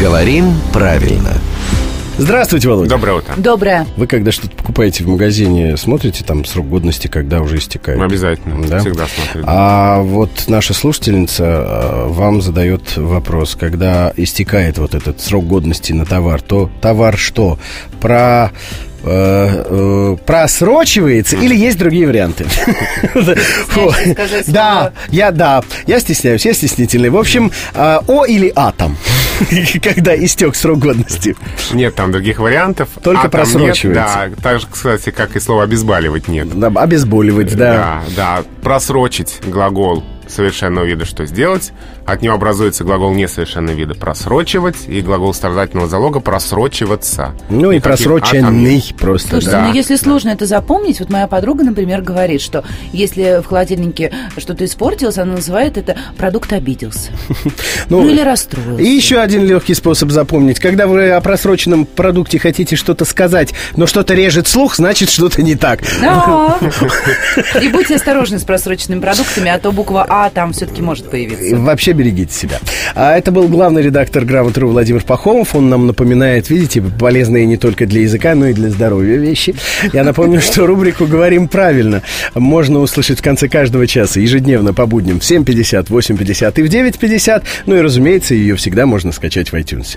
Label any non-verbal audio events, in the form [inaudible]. Говорим правильно. Здравствуйте, Володя. Доброе утро. Доброе. Вы когда что-то покупаете в магазине, смотрите там срок годности, когда уже истекает? Обязательно. Да? Всегда смотрю. А вот наша слушательница э, вам задает вопрос, когда истекает вот этот срок годности на товар, то товар что? Про э, э, просрочивается или есть другие варианты? Фу. сказать Да, слово. я да, я стесняюсь, я стеснительный. В общем, э, о или атом, [laughs] когда истек срок годности. Нет там других вариантов. А Только там нет, просрочивается. да, так же, кстати, как и слово обезболивать нет. Да, Обезболивать, да. да, да. Просрочить глагол совершенного вида что сделать. От него образуется глагол несовершенного вида просрочивать и глагол страдательного залога просрочиваться. Ну и Никаких «а» там просроченный нет. просто, Слушайте, да. ну если сложно это запомнить, вот моя подруга, например, говорит, что если в холодильнике что-то испортилось, она называет это продукт обиделся. Ну, или расстроился. И еще один легкий способ запомнить. Когда вы о просроченном продукте хотите что-то сказать, но что-то режет слух, значит что-то не так. Да. И будьте осторожны с просроченными продуктами, а то буква А там все-таки может И появиться. Вообще берегите себя. А это был главный редактор «Грамотру» Владимир Пахомов. Он нам напоминает, видите, полезные не только для языка, но и для здоровья вещи. Я напомню, что рубрику «Говорим правильно» можно услышать в конце каждого часа, ежедневно по будням в 7.50, 8.50 и в 9.50. Ну и, разумеется, ее всегда можно скачать в iTunes.